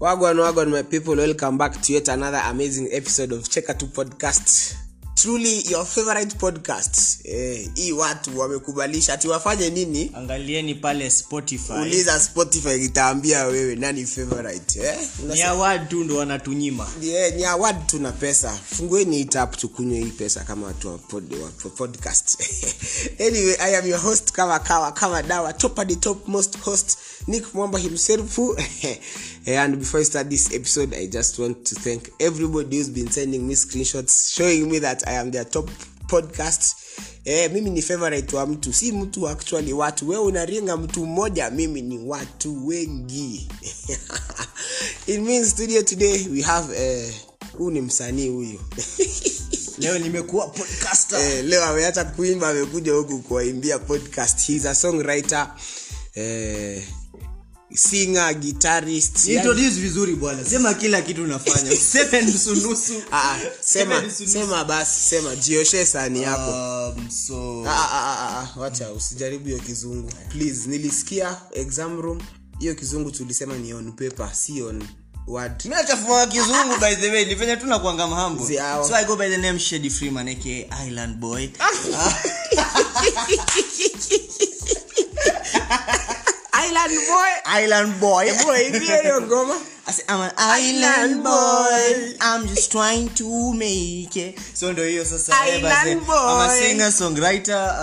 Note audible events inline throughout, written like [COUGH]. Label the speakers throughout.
Speaker 1: Wagwan, wagwan, my people, welcome back to yet another amazing episode of Cheka to Podcast. Truly your favorite podcast. Eh, hii watu wamekubalisha ati wafanye nini?
Speaker 2: angalieni pale spotify
Speaker 1: Uliza Spotify itaambia wewe nani favorite. Eh?
Speaker 2: ni awadu ndo wanatunyima
Speaker 1: Yeah, ni award tuna pesa fungueni tap tukunywe hii pesa kama watu wa, pod, wa pod- podcast [LAUGHS] anyway i am your host kama kawa kama dawa top and top most host nick mwamba himself [LAUGHS] and before i start this episode i just want to thank everybody who's been sending me screenshots showing me that i am their top podcast Eh, mimi ni favorite wa mtu si mtu actually watu wewe unaringa mtu mmoja mimi ni watu wengi [LAUGHS] it means studio today we have eh, huu ni msanii huyu
Speaker 2: leo nimekuwa podcaster
Speaker 1: eh, leo ameacha kuimba amekuja huku kuwaimbia podcast He's a songwriter eh, singer guitarist yani,
Speaker 2: introduce vizuri bwana sema kila kitu [LAUGHS] unafanya useme nusunusu
Speaker 1: ah, ah,
Speaker 2: Sema
Speaker 1: sema,
Speaker 2: nusunusu.
Speaker 1: sema basi sema jioshe sani yako
Speaker 2: Um, so
Speaker 1: Ah, ah, ah, ah, wacha usijaribu hiyo kizungu please nilisikia exam room hiyo kizungu tulisema ni on paper si on word
Speaker 2: nachafua kizungu by the way ni venye tu nakuanga mahambo
Speaker 1: Zi hao.
Speaker 2: so i go by the name shady freeman aka island boy
Speaker 1: island boy
Speaker 2: [LAUGHS] island boy
Speaker 1: boy hiyo ngoma
Speaker 2: I say, I'm an island boy. I'm just trying to make it. So ndo hiyo sasa. eh, basi.
Speaker 1: Island boy.
Speaker 2: I'm a singer, songwriter,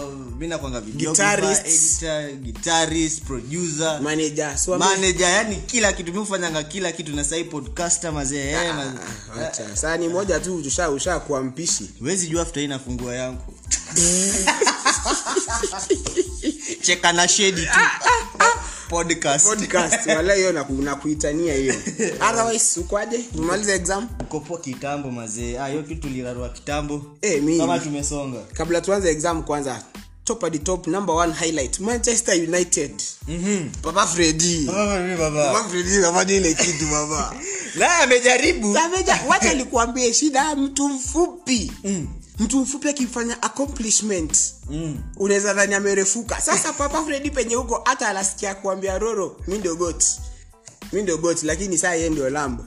Speaker 2: uh, mi nakuanga videographer,
Speaker 1: Guitarist.
Speaker 2: editor, guitarist, producer,
Speaker 1: manager so
Speaker 2: manager, yani kila kitu mi hufanyanga kila kitu na sahi podcaster mazee. eh, mazee.
Speaker 1: acha saa ni moja tu usha usha kuwa mpishi
Speaker 2: Huwezi jua after hii nafungua yangu. [LAUGHS] Cheka na shedi tu. Ah, Podcast.
Speaker 1: podcast wala hiyo naku- nakuitania hiyo otherwise ukwaje umaliza exam
Speaker 2: Kopoa kitambo mazee. Ah, hiyo kitu tulirarua kitambo.
Speaker 1: eh mi
Speaker 2: Kama tumesonga.
Speaker 1: kabla tuanze exam kwanza top at the top number one highlight manchester united Ah. mm-hmm.
Speaker 2: Mhm.
Speaker 1: papa fredi
Speaker 2: baba
Speaker 1: papa fredi kafanya ile kitu baba
Speaker 2: naye amejaribu
Speaker 1: Sameja, wacha nikuambie shida mtu mfupi mm. mtu mfupi akifanya accomplishment mm. unaweza dhani amerefuka
Speaker 2: [LAUGHS]
Speaker 1: sasa papa fredi penye huko hata anasikia kuambia roro mi ndio got mi ndio got lakini saa yeye ndio lamba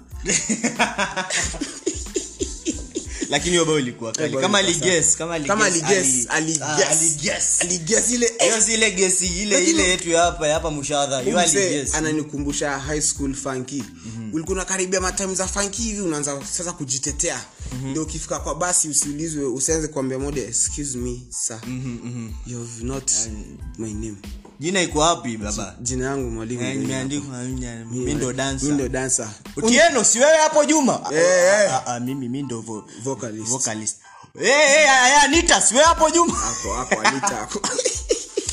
Speaker 2: lakini hiyo bao ilikuwa kali kama aliges ah, kama
Speaker 1: Kama
Speaker 2: aliges
Speaker 1: aliguess, aliguess. aliges ile eh,
Speaker 2: hiyo si ile gesi ile
Speaker 1: Lakini-
Speaker 2: ile yetu ya hapa ya hapa mushadha Eh, hiyo
Speaker 1: Mse
Speaker 2: aliges Mhm.
Speaker 1: ananikumbusha high school funky mm-hmm. ulikuwa unakaribia mataimu za funky hivi unaanza sasa kujitetea
Speaker 2: Mhm.
Speaker 1: mm-hmm. ndio ukifika kwa basi usiulizwe usianze kuambia mode excuse me sir mm-hmm. you have not my name
Speaker 2: Mhm, jina iko wapi baba
Speaker 1: jina yangu mwalimu
Speaker 2: Eh, nimeandikwa mimi ndo
Speaker 1: Mi
Speaker 2: dancer
Speaker 1: ndo dancer.
Speaker 2: utieno si wewe hapo juma
Speaker 1: Eh, eh.
Speaker 2: Ah, ah, mimi mi ndo vo-
Speaker 1: Vocalist. Ah.
Speaker 2: vocalist eh eh aya anita si wewe hapo juma
Speaker 1: Hapo, hapo, Anita, hapo.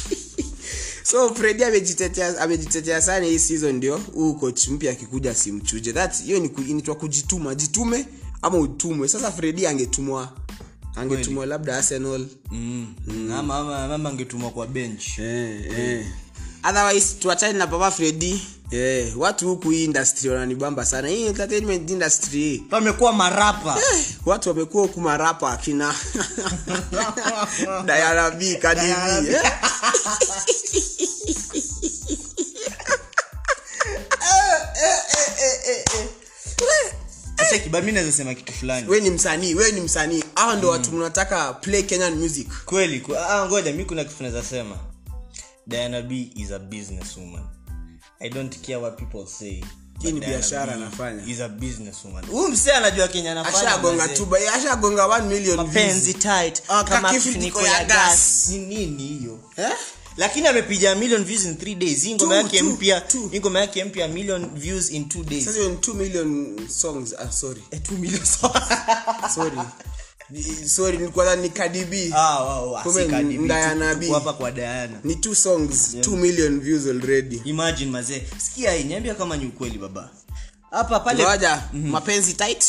Speaker 1: [LAUGHS] so fredi amejitetea amejitetea sana hii season ndio huu coach mpya akikuja simchuje that hiyo ni ku- inaitwa kujituma jitume ama utumwe sasa fredi angetumwa angetumwa labda arsenal
Speaker 2: mm. ama ama mama angetumwa kwa bench
Speaker 1: eh, eh. otherwise tuachane na papa fredi eh, watu huku hii industry wananibamba sana hii entertainment industry hii
Speaker 2: pamekuwa marapa
Speaker 1: Eh, [SIGHS] watu wamekuwa huku marapa akina [LAUGHS] Diana B, Cardi B,
Speaker 2: Diana B.
Speaker 1: eh?
Speaker 2: Acha kiba mi naweza sema kitu fulani
Speaker 1: we ni msanii we ni msanii hawa ndo
Speaker 2: Mm.
Speaker 1: watu mnataka play kenyan music
Speaker 2: kweli ku- ah, ngoja mi kuna kitu naweza sema diana b is a business woman i don't care what people say but
Speaker 1: Hii ni
Speaker 2: Diana
Speaker 1: biashara
Speaker 2: B
Speaker 1: anafanya.
Speaker 2: is a business woman huyu msee anajua kenya
Speaker 1: ashagonga
Speaker 2: anafanya
Speaker 1: tuba eh, ashagonga 1 million views.
Speaker 2: mapenzi tight
Speaker 1: Ah,
Speaker 2: kama
Speaker 1: kakifuniko
Speaker 2: kifuniko
Speaker 1: ya
Speaker 2: ya
Speaker 1: gas.
Speaker 2: gas Ni nini hiyo
Speaker 1: Eh?
Speaker 2: lakini amepiga million views in 3 days Hii ngoma
Speaker 1: Two,
Speaker 2: yake
Speaker 1: two,
Speaker 2: mpya
Speaker 1: two.
Speaker 2: hii ngoma yake mpya million views in 2 days
Speaker 1: Sasa hiyo ni 2 million songs ah, sorry
Speaker 2: Eh, two million songs.
Speaker 1: [LAUGHS]
Speaker 2: [LAUGHS]
Speaker 1: sorry Ni- sorry nilikuwa nadhani ni Cardi B.
Speaker 2: Ah, wow, wow,
Speaker 1: Kumbe
Speaker 2: si Cardi B,
Speaker 1: Diana
Speaker 2: tu-
Speaker 1: B.
Speaker 2: tuko hapa kwa Diana.
Speaker 1: ni two songs 2 million views already
Speaker 2: imagine mazee sikia hii niambia kama ni ukweli baba hapa pale [LAUGHS]
Speaker 1: Ngoja,
Speaker 2: Mhm.
Speaker 1: mapenzi tight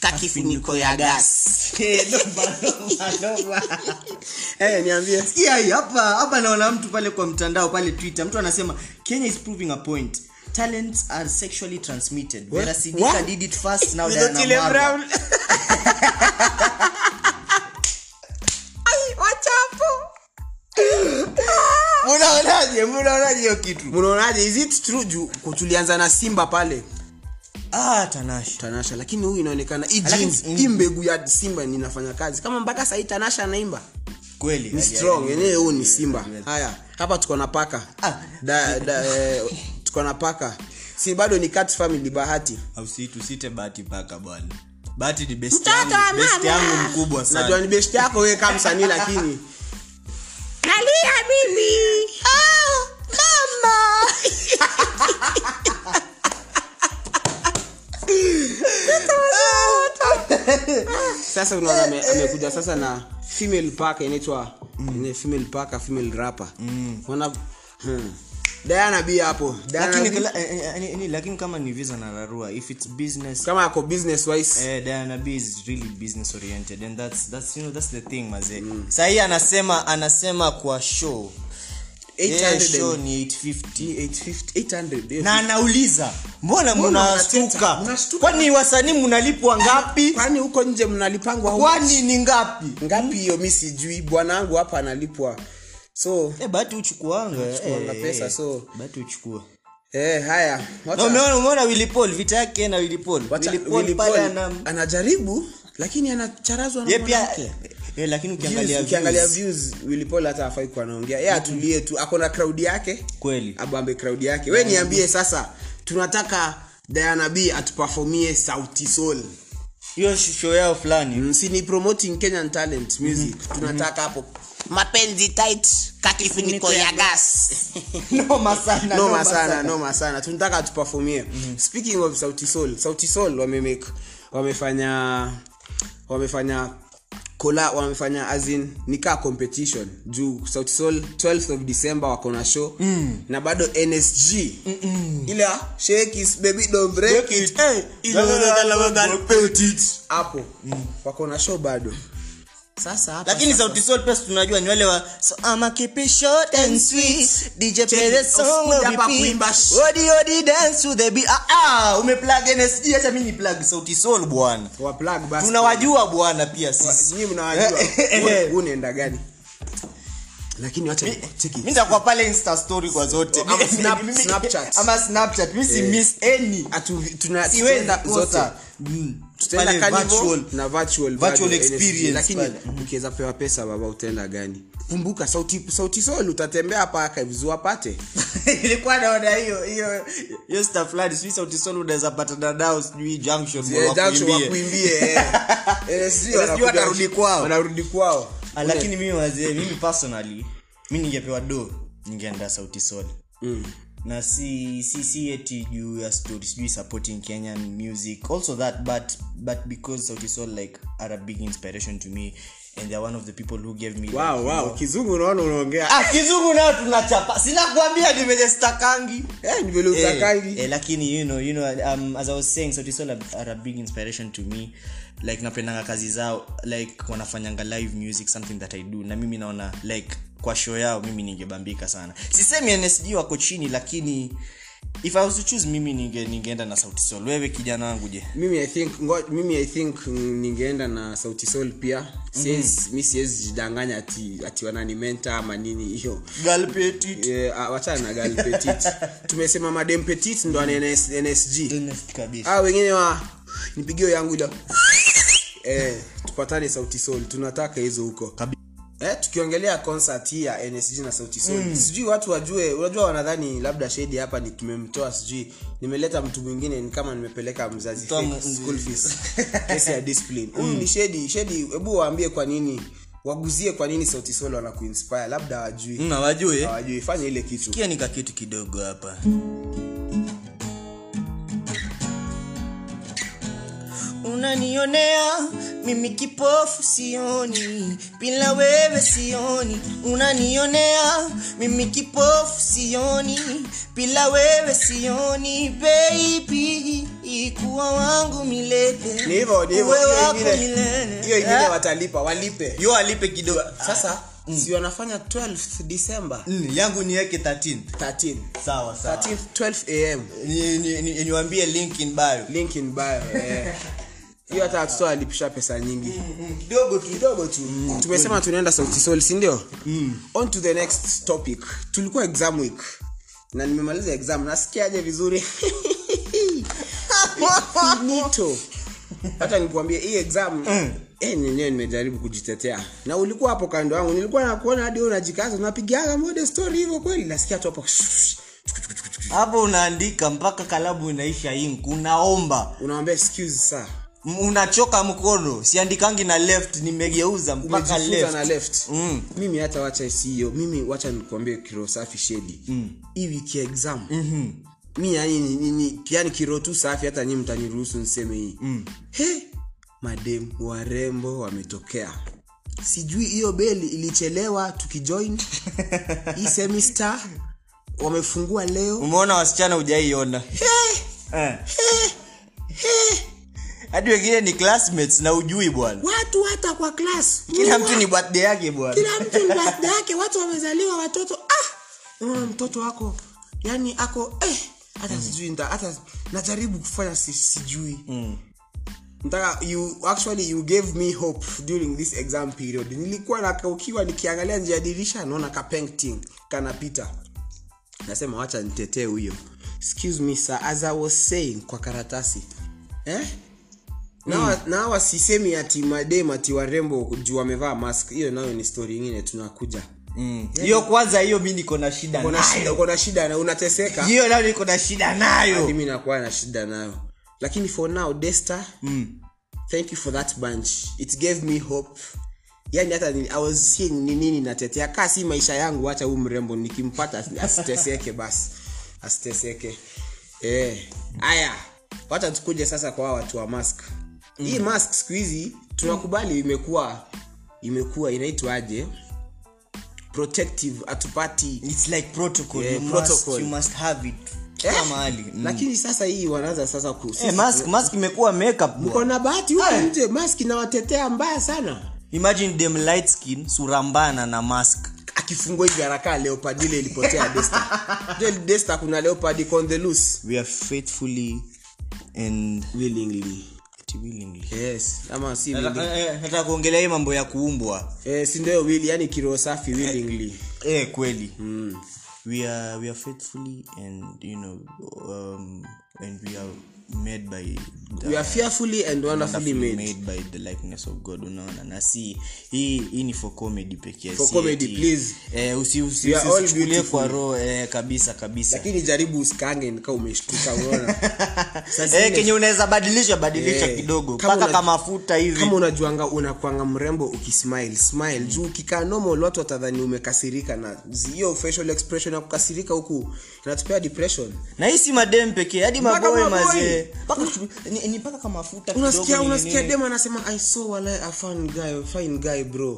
Speaker 1: kakifuniko ya gas
Speaker 2: Eh, noma, noma, noma.
Speaker 1: eh niambie
Speaker 2: Sikia hii, hapa hapa naona mtu pale kwa mtandao pale twitter mtu anasema kenya is proving a point talents are sexually transmitted Vera Sidika
Speaker 1: What?
Speaker 2: did it first now
Speaker 1: With
Speaker 2: Diana
Speaker 1: Otile
Speaker 2: Marwa. [LAUGHS]
Speaker 1: Brown. Ai, wacha hapo.
Speaker 2: Unaonaje? Unaonaje hiyo kitu
Speaker 1: mnaonaje is it true juu kutulianza na simba pale
Speaker 2: ah tanasha
Speaker 1: tanasha lakini huyu inaonekana hii
Speaker 2: Lakini-
Speaker 1: jeans, hii mbegu ya simba ninafanya kazi kama mpaka sahii tanasha anaimba
Speaker 2: kweli
Speaker 1: ni
Speaker 2: ali-
Speaker 1: strong
Speaker 2: ali-
Speaker 1: yenyewe huu ni simba haya hapa tuko na paka
Speaker 2: Ah.
Speaker 1: Da- da- eh, tuko na paka si bado ni cat family bahati
Speaker 2: Usitu site bahati paka bwana. Bahati ni best
Speaker 1: Mtoto
Speaker 2: yangu,
Speaker 1: wa
Speaker 2: best
Speaker 1: mama.
Speaker 2: yangu mkubwa
Speaker 1: najua
Speaker 2: sana.
Speaker 1: ni best yako wewe kama msanii lakini
Speaker 3: nalia mimi oh, mama
Speaker 1: sasa unaona ame- amekuja sasa na female paka inaitwa mm. female paka female rapper mm. wana hmm. Diana B hapo Diana
Speaker 2: Lakini
Speaker 1: B.
Speaker 2: kila- eh, eh, eh, ni- lakini kama ni visa na rarua if it's business
Speaker 1: kama ako business wise
Speaker 2: Eh, Diana B is really business oriented and that's that's you know that's the thing mazee.
Speaker 1: Mm.
Speaker 2: Sahi anasema anasema kwa show. Yeah,
Speaker 1: 800
Speaker 2: show
Speaker 1: and-
Speaker 2: ni 850.
Speaker 1: 850 800 eh.
Speaker 2: Na anauliza, mbona mnastuka?
Speaker 1: mnateta? Mnashtuka.
Speaker 2: Kwani wasanii mnalipwa ngapi?
Speaker 1: kwani huko nje mnalipangwa huko?
Speaker 2: Kwani ni ngapi?
Speaker 1: ngapi hiyo mi sijui bwanangu hapa analipwa so
Speaker 2: Eh, bahati uchukuanga.
Speaker 1: Uchukuanga
Speaker 2: eh,
Speaker 1: pesa,
Speaker 2: eh,
Speaker 1: so.
Speaker 2: bahati uchukua.
Speaker 1: eh, haya wacha-
Speaker 2: Na umeona umeona Willy Paul vita yake na Willy Paul.
Speaker 1: wacha-
Speaker 2: Willy Paul
Speaker 1: Willy
Speaker 2: pale
Speaker 1: Paul
Speaker 2: ana
Speaker 1: anajaribu lakini anacharazwa na
Speaker 2: yeye pia
Speaker 1: mwanamke.
Speaker 2: eh, lakini
Speaker 1: Views,
Speaker 2: ukiangalia
Speaker 1: ukiangalia
Speaker 2: views,
Speaker 1: views willipol hata afai kuwa anaongea ye atulie tu ako na crowd yake
Speaker 2: kweli.
Speaker 1: abambe crowd yake
Speaker 2: Mm.
Speaker 1: we niambie sasa tunataka diana b atupafomie sauti sol
Speaker 2: Hiyo show yao fulani.
Speaker 1: msini promoting kenyan talent music
Speaker 2: Mm-hmm.
Speaker 1: tunataka hapo
Speaker 3: mapenzi tight kakifuniko ya gas
Speaker 2: [LAUGHS] Noma sana.
Speaker 1: noma sana Mhm. noma sana tunataka atupafomie speaking of sauti sol sauti sol wamemake wamefanya wamefanya kola wamefanya azin nikaa competition juu sauti sol 12th of december wako na show mm. na bado nsg Mm-mm. ila shake is baby don't break
Speaker 2: Break
Speaker 1: it
Speaker 2: it. Eh,
Speaker 1: Ila-
Speaker 2: ila-
Speaker 1: hapo wako na show bado sasa hapa
Speaker 2: lakini
Speaker 1: sasa-
Speaker 2: sauti sol pesa tunajua ni wale wa so ama keep it short and sweet dj play the
Speaker 1: it off,
Speaker 2: song
Speaker 1: kuja
Speaker 2: of
Speaker 1: hapa
Speaker 2: repeat
Speaker 1: kuimba.
Speaker 2: odi odi dance to the beat ah ah umeplug nsd acha mimi ni plug sauti sol bwana
Speaker 1: Wa plug basi
Speaker 2: tunawajua bwana pia sisi
Speaker 1: nyinyi
Speaker 2: [LAUGHS]
Speaker 1: mnawajua
Speaker 2: Eh, eh.
Speaker 1: huu unaenda gani lakini wacha cheki
Speaker 2: mimi nitakuwa pale insta story kwa zote [LAUGHS]
Speaker 1: Ama snap-
Speaker 2: Mimi-
Speaker 1: Snapchat.
Speaker 2: ama snapchat mimi si
Speaker 1: Eh.
Speaker 2: miss any
Speaker 1: Atu- tuna-
Speaker 2: siwezi
Speaker 1: tutaenda zote.
Speaker 2: kosa Mm.
Speaker 1: Tutaenda
Speaker 2: Pale
Speaker 1: carnival
Speaker 2: virtual.
Speaker 1: na virtual
Speaker 2: Virtual
Speaker 1: bado,
Speaker 2: experience
Speaker 1: NSG. lakini
Speaker 2: pale.
Speaker 1: ukiweza pewa pesa baba utaenda gani kumbuka sauti sauti sol utatembea hapa archives wapate
Speaker 2: [LAUGHS] ilikuwa naona hiyo hiyo hiyo stuff fulani sijui sauti sol unaweza patana nao sijui junction
Speaker 1: Eh, junction
Speaker 2: wakuimbie.
Speaker 1: wakuimbie
Speaker 2: [LAUGHS]
Speaker 1: eh. NSG
Speaker 2: NSG
Speaker 1: wanakuja-
Speaker 2: watarudi kwao.
Speaker 1: wanarudi kwao
Speaker 2: Ah, lakini mimi wazee mimi personally mi ningepewa do ningeenda sauti sol
Speaker 1: Mm.
Speaker 2: na si si si eti juu ya story sijui supporting kenyan music also that but but because sauti sol like are a big inspiration to me and they're one of the people who gave me
Speaker 1: wow wow kizungu unaona unaongea
Speaker 2: ah kizungu nao tunachapa sina kuambia nimejestakangi
Speaker 1: eh ni vile
Speaker 2: Eh,
Speaker 1: utakangi
Speaker 2: eh, lakini you know, you know, um, as i was saying sauti sol are- are a big inspiration to me like napendanga kazi zao like wanafanyanga live music something that i do na mimi naona like kwa show yao mimi ningebambika sana sisemi nsd wako chini lakini if i was to choose mimi ninge, ningeenda na sauti sol wewe kijana wangu je
Speaker 1: mimi i think ngo- mimi i think mm, ningeenda na sauti sol pia siwezi- mi siwezi jidanganya ati ati wananimenta ama nini hiyo
Speaker 2: galpetit
Speaker 1: Eh, ah, wachana na gal petit tumesema madem petit ndo ana NS, nsg
Speaker 2: kabisa
Speaker 1: ah, wengine wa nipigio yangu ila eh, tupatane sauti sol tunataka hizo huko
Speaker 2: Kabi-
Speaker 1: Eh, tukiongelea concert hii ya nsg na sauti sol
Speaker 2: Mm.
Speaker 1: sijui watu wajue unajua wanadhani labda shedi hapa ni tumemtoa sijui nimeleta mtu mwingine ni kama nimepeleka mzazi
Speaker 2: Mtoa Mm.
Speaker 1: fake,
Speaker 2: mu-
Speaker 1: [LAUGHS] school fees
Speaker 2: [LAUGHS]
Speaker 1: kesi ya discipline huyu ni shedi shedi hebu waambie kwa nini waguzie kwa nini sauti sol wanakuinspire labda wajui
Speaker 2: na wajue
Speaker 1: hawajui fanya ile kitu
Speaker 2: kia nika kitu kidogo hapa unanionea mimi kipofu sioni bila wewe sioni unanionea mimi kipofu sioni bila wewe sioni baby kuwa wangu milele
Speaker 1: Ni hivyo, ni hivyo.
Speaker 2: uwe
Speaker 1: Hiyo
Speaker 2: wako
Speaker 1: ingine-
Speaker 2: milele
Speaker 1: hiyo ingine
Speaker 2: Eh?
Speaker 1: watalipa walipe
Speaker 2: yo alipe kidogo
Speaker 1: sasa si wanafanya 12th december
Speaker 2: Mm, yangu niweke 13
Speaker 1: 13
Speaker 2: sawa sawa
Speaker 1: 13th 12 am
Speaker 2: Ni- ni- ni- niwaambie link in bio
Speaker 1: link in bio
Speaker 2: [LAUGHS]
Speaker 1: eh. hiyo hata watoto alipisha pesa nyingi
Speaker 2: Mm. kidogo tu
Speaker 1: kidogo tu
Speaker 2: Mm.
Speaker 1: tumesema tunaenda sauti sol sindio on to the next topic tulikuwa
Speaker 2: [LAUGHS]
Speaker 1: exam week na nimemaliza exam nasikiaje vizuri finito hata nikuambie hii exam
Speaker 2: Mm.
Speaker 1: eh, nenyewe nimejaribu kujitetea na ulikuwa hapo kando yangu nilikuwa nakuona hadi wewe unajikaza unapigaga mode story hivyo kweli nasikia tu hapo
Speaker 2: [LAUGHS] hapo unaandika mpaka kalabu inaisha ink unaomba
Speaker 1: unaambia excuse sir
Speaker 2: M- unachoka mkono siandikangi na left nimegeuza mpaka
Speaker 1: umejifunza na
Speaker 2: left
Speaker 1: left
Speaker 2: Mm.
Speaker 1: mimi hata wacha sio mimi wacha nikuambie kiroho safi shedi mm. hii wiki ya exam
Speaker 2: Mhm.
Speaker 1: mm-hmm. mi yani, ni- ni- ni- yani kiroho tu safi hata nyi mtaniruhusu niseme hii mm. he madem warembo wametokea sijui hiyo beli ilichelewa
Speaker 2: [LAUGHS]
Speaker 1: tukijoin hii semester wamefungua leo
Speaker 2: umeona wasichana [LAUGHS] ujaiona hadi wengine ni classmates na ujui bwana
Speaker 1: watu hata kwa klas
Speaker 2: kila mtu ni birthday yake bwana
Speaker 1: kila mtu ni birthday yake watu wamezaliwa watoto ah unaona mtoto wako yani ako eh hata sijui nita- hata najaribu kufanya si, sijui mm. Nataka you actually you gave me hope during this exam period nilikuwa nakaukiwa nikiangalia nje ya dirisha naona ka painting kanapita nasema wacha nitetee huyo excuse me sir as i was saying kwa karatasi eh nawa na wasisemi ati madem ati warembo juu wamevaa mask hiyo nayo ni story ingine tunakuja
Speaker 2: Mm. hiyo kwanza hiyo mi niko na shida
Speaker 1: uko na
Speaker 2: nayo.
Speaker 1: shida uko na shida na unateseka
Speaker 2: hiyo nayo niko na shida nayo
Speaker 1: mimi nakuwa na shida nayo lakini for now desta mm. thank you for that bunch it gave me hope yani hata ni- I was seeing ni nini natetea kaa si maisha yangu hata huu mrembo nikimpata asi- asiteseke basi asiteseke Eh, haya wacha tukuje sasa kwa hawa watu wa mask mm. hii mask siku hizi tunakubali imekuwa imekuwa inaitwaje protective hatupati
Speaker 2: It's like protocol.
Speaker 1: Yeah,
Speaker 2: you,
Speaker 1: protocol.
Speaker 2: Must, you must have it kila
Speaker 1: Eh,
Speaker 2: mahali Mm.
Speaker 1: lakini sasa hii wanaanza sasa ku-
Speaker 2: Eh, mask mask imekuwa makeup bwana.
Speaker 1: mko na bahati huko nje mask inawatetea mbaya sana
Speaker 2: imagine dem light skin surambana na mask
Speaker 1: akifungwa hivi haraka leopard ile [LAUGHS] ilipotea desta Ndio ile desta kuna leopard iko on the loose
Speaker 2: we are faithfully and
Speaker 1: willingly
Speaker 2: willingly
Speaker 1: yes ama si willing.
Speaker 2: nataka kuongelea hii mambo ya kuumbwa
Speaker 1: eh si ndio will yani kiroho safi willingly
Speaker 2: eh kweli
Speaker 1: Hmm.
Speaker 2: we are we are faithfully and you know um, and we are made by the
Speaker 1: we are fearfully and wonderfully
Speaker 2: wonderfully
Speaker 1: made
Speaker 2: made by the likeness of god unaona na si hii hii ni for comedy pekee
Speaker 1: For
Speaker 2: si
Speaker 1: comedy,
Speaker 2: eti-
Speaker 1: please.
Speaker 2: eh, usi- usi-
Speaker 1: We are all
Speaker 2: usichukulie
Speaker 1: beautiful.
Speaker 2: kwa roho eh, kabisa kabisa
Speaker 1: lakini jaribu usikange nika umeshtuka [LAUGHS] unaona Sasa
Speaker 2: eh,
Speaker 1: ile-
Speaker 2: kenye unaweza badilisha badilisha
Speaker 1: Eh,
Speaker 2: kidogo
Speaker 1: kama
Speaker 2: mpaka
Speaker 1: una-
Speaker 2: kama mafuta hivi
Speaker 1: kama unajuanga unakwanga mrembo ukismile smile juu ukikaa normal watu watadhani umekasirika na zi- hiyo facial expression ya kukasirika huku inatupea depression
Speaker 2: na hii si madem pekee hadi
Speaker 1: Mpaka
Speaker 2: maboe
Speaker 1: maboy.
Speaker 2: mazee Mpaka- ni- ni mpaka kama mafuta kidogo
Speaker 1: unasikia
Speaker 2: nini,
Speaker 1: unasikia
Speaker 2: nini.
Speaker 1: dem anasema i saw wala a fine guy fine guy bro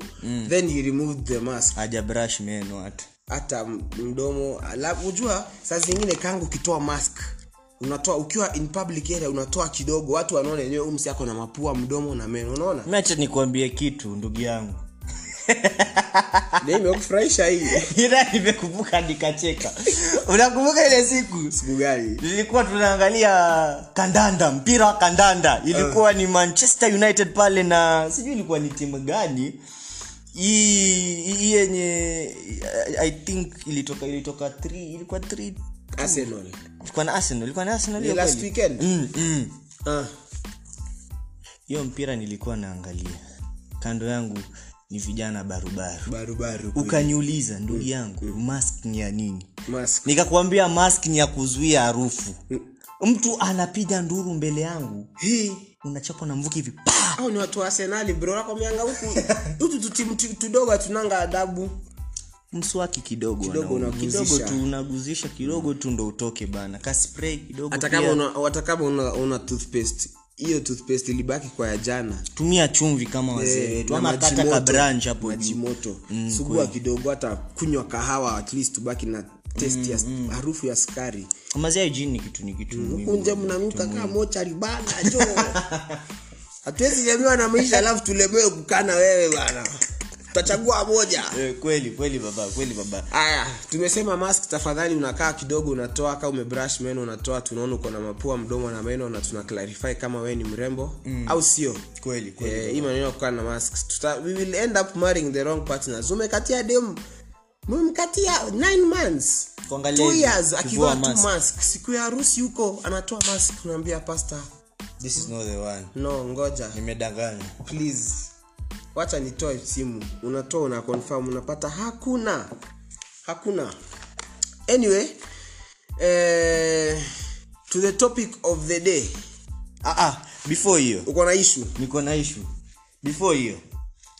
Speaker 1: then he removed the mask
Speaker 2: haja brush meno hata
Speaker 1: hata m- mdomo alafu ujua saa zingine kangu ukitoa mask unatoa ukiwa in public area unatoa kidogo watu wanaona wenyewe umsi yako na mapua mdomo na meno unaona
Speaker 2: macha nikuambie kitu ndugu yangu [LAUGHS]
Speaker 1: na imekufurahisha hii
Speaker 2: ila
Speaker 1: [LAUGHS]
Speaker 2: nimekumbuka nikacheka unakumbuka ile siku
Speaker 1: siku gani
Speaker 2: lilikuwa tunaangalia kandanda mpira wa kandanda ilikuwa ni manchester united pale na sijui ilikuwa ni timu gani hii hii yenye i think ilitoka ilitoka three- ilikuwa three-
Speaker 1: arsenal
Speaker 2: ilikuwa na arsenal ilikuwa na arsenal
Speaker 1: ni
Speaker 2: hiyo
Speaker 1: last
Speaker 2: kweli?
Speaker 1: weekend
Speaker 2: Mm, mm.
Speaker 1: ah.
Speaker 2: hiyo mpira nilikuwa naangalia kando yangu ni vijana barubaru
Speaker 1: barubaru
Speaker 2: ukaniuliza ndugu yangu mask ni ya nini
Speaker 1: mask
Speaker 2: nikakwambia mask ni ya kuzuia harufu mtu anapiga nduru mbele yangu
Speaker 1: hii
Speaker 2: unachapwa na mvuki hivi pa!
Speaker 1: au ni watu wa arsenali bro nakwamianga huku hutu tutimu tu- tudogo hatunanga adabu
Speaker 2: mswaki kidogo
Speaker 1: Kidogo
Speaker 2: wanaume. kidogo
Speaker 1: unaguzisha.
Speaker 2: tu unaguzisha kidogo tu ndo utoke bana kaspray kidogo
Speaker 1: hata
Speaker 2: pia.
Speaker 1: kama una- hata kama una, una toothpaste hiyo toothpaste ilibaki kwa ya jana
Speaker 2: tumia chumvi kama wazee
Speaker 1: Eh,
Speaker 2: wetu
Speaker 1: na
Speaker 2: ama
Speaker 1: maji
Speaker 2: kata
Speaker 1: moto.
Speaker 2: kabranch hapo
Speaker 1: maji
Speaker 2: juu
Speaker 1: moto sugua kidogo hata kunywa kahawa at least tubaki na test ya harufu ya sukari
Speaker 2: mazia hygiene ni kitu ni kitu muhimu.
Speaker 1: huku nje mnanuka kaa mochari bana jo hatuwezi lemewa na maisha alafu tulemewe kukana wewe bana tutachagua moja
Speaker 2: Eh, kweli kweli baba kweli baba
Speaker 1: aya tumesema mask tafadhali unakaa kidogo unatoa kaa umebrush meno unatoa tunaona uko na mapua mdomo na meno na tuna clarify kama we ni mrembo mm. au sio
Speaker 2: kweli kweli
Speaker 1: Eh, hii maneno ya kukaa na mask Tuta, we will end up marrying the wrong partners umekatia dem mmemkatia 9 months
Speaker 2: Kuangalia
Speaker 1: two
Speaker 2: hivi,
Speaker 1: years akivaa
Speaker 2: kivua
Speaker 1: tu
Speaker 2: mask.
Speaker 1: mask siku ya harusi huko anatoa mask unaambia pasta
Speaker 2: this is not the one
Speaker 1: no ngoja
Speaker 2: nimedanganya
Speaker 1: please wacha nitoe simu unatoa una confirm unapata hakuna hakuna anyway eh, to the topic of the day
Speaker 2: ah, ah, before hiyo
Speaker 1: uko na issue
Speaker 2: niko na issue before hiyo